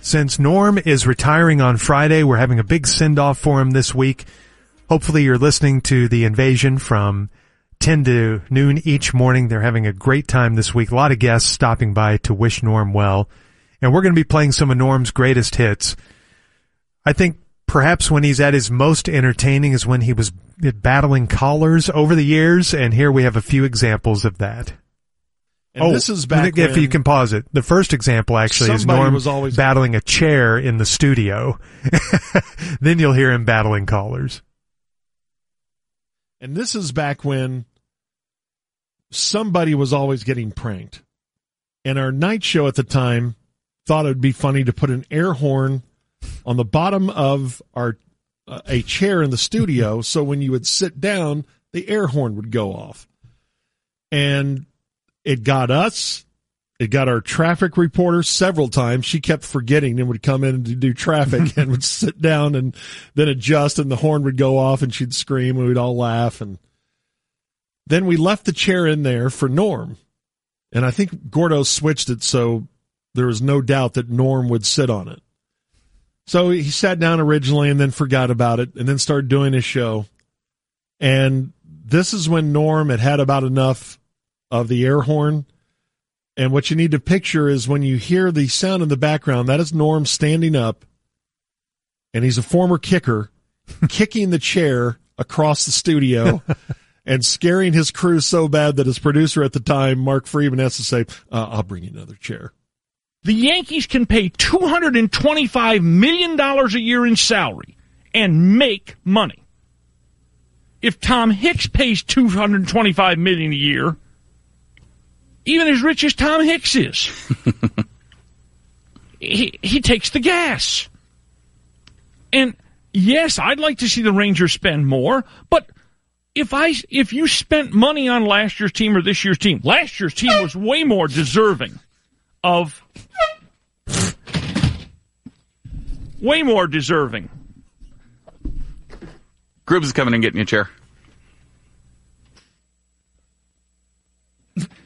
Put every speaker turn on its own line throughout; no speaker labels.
Since Norm is retiring on Friday, we're having a big send off for him this week. Hopefully you're listening to the invasion from 10 to noon each morning. They're having a great time this week. A lot of guests stopping by to wish Norm well. And we're going to be playing some of Norm's greatest hits. I think perhaps when he's at his most entertaining is when he was battling callers over the years. And here we have a few examples of that.
And this is back
if
when-
Oh, you can pause it. The first example actually is
Somebody
Norm
was always-
battling a chair in the studio. then you'll hear him battling callers.
and this is back when somebody was always getting pranked. And our night show at the time thought it would be funny to put an air horn on the bottom of our uh, a chair in the studio so when you would sit down the air horn would go off. And it got us it got our traffic reporter several times. She kept forgetting and would come in to do traffic and would sit down and then adjust and the horn would go off and she'd scream and we'd all laugh and then we left the chair in there for Norm. And I think Gordo switched it so there was no doubt that Norm would sit on it. So he sat down originally and then forgot about it and then started doing his show. And this is when Norm had had about enough of the air horn. And what you need to picture is when you hear the sound in the background, that is Norm standing up, and he's a former kicker, kicking the chair across the studio and scaring his crew so bad that his producer at the time, Mark Freeman, has to say, uh, I'll bring you another chair.
The Yankees can pay $225 million a year in salary and make money. If Tom Hicks pays $225 million a year, even as rich as Tom Hicks is, he, he takes the gas. And yes, I'd like to see the Rangers spend more, but if I if you spent money on last year's team or this year's team, last year's team was way more deserving of way more deserving.
Groob's is coming and getting your chair.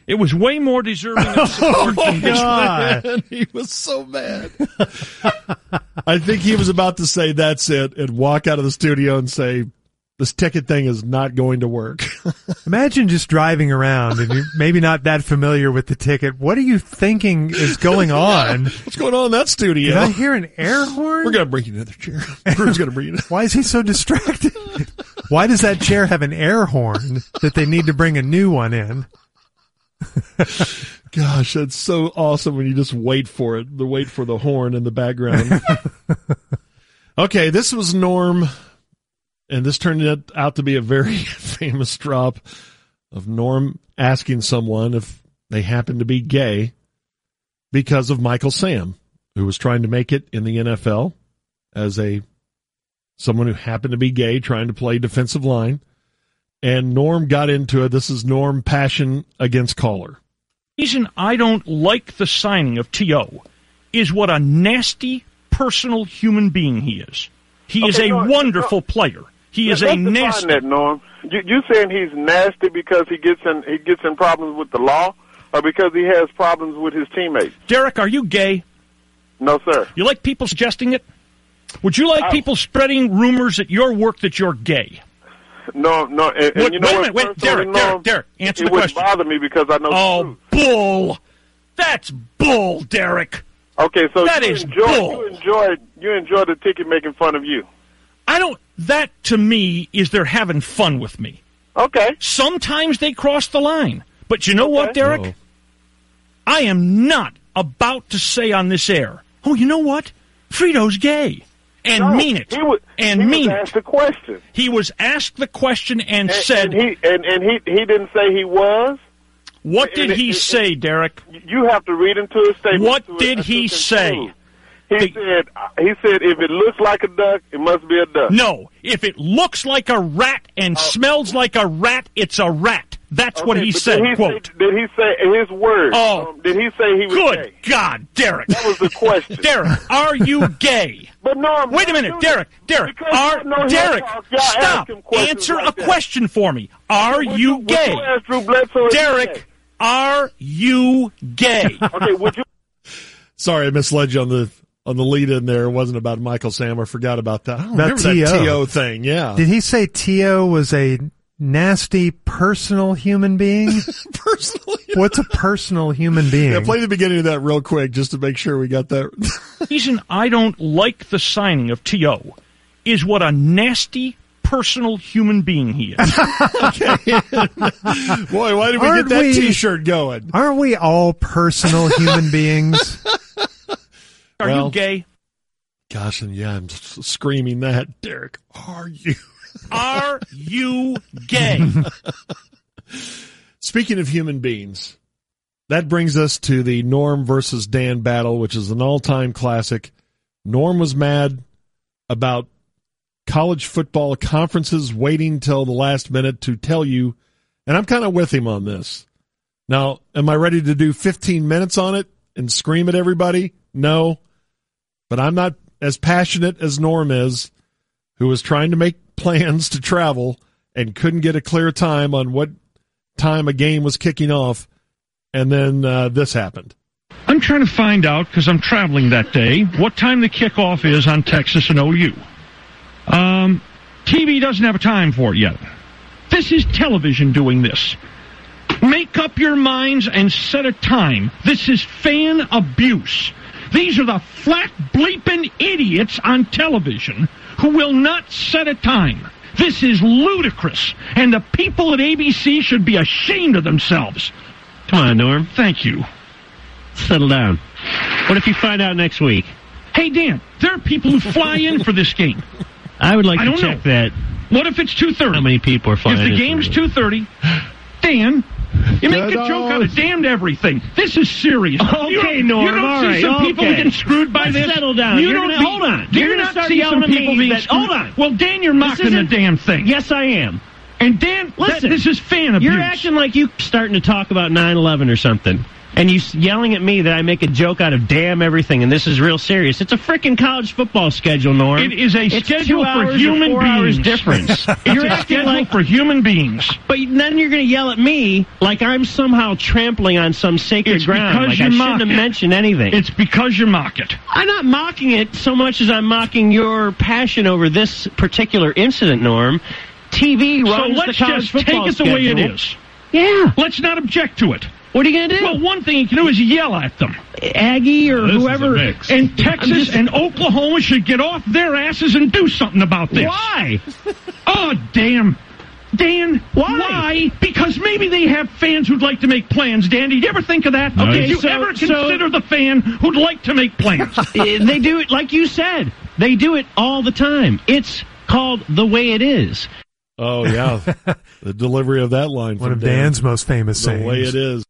It was way more deserving of support than this.
And he was so mad. I think he was about to say, That's it, and walk out of the studio and say, This ticket thing is not going to work.
Imagine just driving around and you're maybe not that familiar with the ticket. What are you thinking is going on?
What's going on in that
Did
studio?
I hear an air horn?
We're going to bring you another chair. Groob's going to bring you another
Why is he so distracted? Why does that chair have an air horn that they need to bring a new one in?
Gosh, that's so awesome when you just wait for it. The wait for the horn in the background. okay, this was Norm, and this turned it out to be a very famous drop of Norm asking someone if they happened to be gay because of Michael Sam, who was trying to make it in the NFL as a someone who happened to be gay trying to play defensive line. And Norm got into it. This is Norm passion against caller.
reason I don't like the signing of T.O. is what a nasty personal human being he is. He is
Okay,
a
no, no.
wonderful player. He is a
Let's define
nasty.
That, Norm. You, you saying he's nasty because he gets in he gets in problems with the law, or because he has problems with his teammates?
Derek, are you gay?
No, sir.
You like people suggesting it? Would you like
Oh.
people spreading rumors at your work that you're gay?
No, no. And, and
Wait,
you know
wait a minute,
what?
wait,
Personally,
Derek, Derek,
Norm,
Derek, answer
it
the
wouldn't
question.
bother me because I know. the
Oh,
truth.
bull! That's bull, Derek.
okay. So
that
you
is
enjoy,
bull.
you enjoy you enjoy the ticket making fun of you.
I don't. That to me is they're having fun with me.
Okay.
Sometimes they cross the line. But you know what,
Okay.
Derek? I am not about to say on this air, oh, you know what? Frito's gay. And
No,
mean it.
He was,
and
he
mean
was
it.
asked a question.
He was asked the question and,
And,
said,
and he and, and he he didn't say he was.
what did
and-
he
and-
say, Derek?
You have to read into his statement.
What
to-
did
to
he
conclude.
say?
He
The-
said uh, he said if it looks like a duck, it must be a duck.
No. If it looks like a rat and smells like a rat, it's a rat. That's what
Oh. Okay,
he
but
said,
Did he
quote.
Say, did he say his words? Um,
Oh.
did he say he was
Good
gay?
God, Derek.
That was the question.
Derek, are you gay?
But no, I'm
Wait a
not
minute,
doing
Derek.
it.
Derek,
Because
are
y'all know he'll
Derek?
talk. Y'all ask
Stop.
him questions
Answer
like
a
that.
question for me. Are
Would
you
would
gay?
you ask Drew Bledsoe if he's
Derek,
gay?
are you gay?
Okay, would you
Sorry, I misled you on the on the lead in there. It wasn't about Michael Sam. I forgot about that. I don't remember that
T.O.
T.O. thing. Yeah.
Did he say Tio was a nasty personal human being?
Personally.
What's a personal human being?
Yeah, play the beginning of that real quick just to make sure we got that.
reason I don't like the signing of T.O. is what a nasty personal human being he is.
Boy, why did we
Aren't
get that
we-
T-shirt going?
Aren't we all personal human beings?
Are
Well-
you gay?
Gosh, and yeah, I'm s- screaming that. Derek, are you?
Are you gay?
Speaking of human beings, that brings us to the Norm versus Dan battle, which is an all-time classic. Norm was mad about college football conferences waiting till the last minute to tell you, and I'm kind of with him on this. Now, am I ready to do 15 minutes on it and scream at everybody? No, but I'm not as passionate as Norm is, who was trying to make plans to travel and couldn't get a clear time on what time a game was kicking off, and then uh, this happened.
I'm trying to find out because I'm traveling that day what time the kickoff is on Texas and OU. Um, TV doesn't have a time for it yet. This is television doing this. Make up your minds and set a time. This is fan abuse. These are the flat bleeping idiots on television who will not set a time. This is ludicrous, and the people at ABC should be ashamed of themselves.
Come on, Norm.
Thank you.
Settle down. What if you find out next week?
Hey, Dan, there are people who fly in for this game.
I would like
I
to
don't
check
know.
that
What if it's
how
2.30?
many people are flying.
If the
in
game's
for-
2.30, Dan, you make a joke out of damned everything. This is serious.
Okay,
you don't,
Norm,
You don't
all
see
right,
some people
okay.
getting screwed by
Let's
this.
settle down.
You
You're
don't
gonna-
be-
hold on.
Do
You're
you
gonna
not
start
see some
yelling at
people
me
being
that-
screwed?
hold on.
Well, Dan, you're mocking the
isn't-
damn thing.
Yes, I am.
And Dan, that,
Listen.
this is fan abuse.
You're acting like you starting to talk about 9/11 or something, and you s- yelling at me that I make a joke out of damn everything, and this is real serious. It's a freaking college football schedule, Norm.
It is a
It's
schedule
two
for
hours or
human
four
beings.
Hours difference.
It's
you're
a
acting
schedule
like,
for human beings.
but then you're going to yell at me like I'm somehow trampling on some sacred
It's
ground.
because
Like
you
I
mock
shouldn't have
it.
mentioned anything.
It's because you mock it.
I'm not mocking it so much as I'm mocking your passion over this particular incident, Norm. TV
So
runs
let's
the college
just take
football
it the way it
schedule.
is.
Yeah.
Let's not object to it.
What are you going to do?
Well, one thing you can do is yell at them.
Aggie or whoever.
And Texas and Oklahoma should get off their asses and do something about this.
Why?
Oh, damn. Dan, why? Because maybe they have fans who'd like to make plans. Dan, did you ever think of that?
Nice.
Did you
So-
ever
so-
consider the fan who'd like to make plans?
Eh, they do it, like you said, they do it all the time. It's called the way it is.
Oh yeah, the delivery of that line
One
from
of
Dan,
Dan's most famous
the
sayings.
way it is.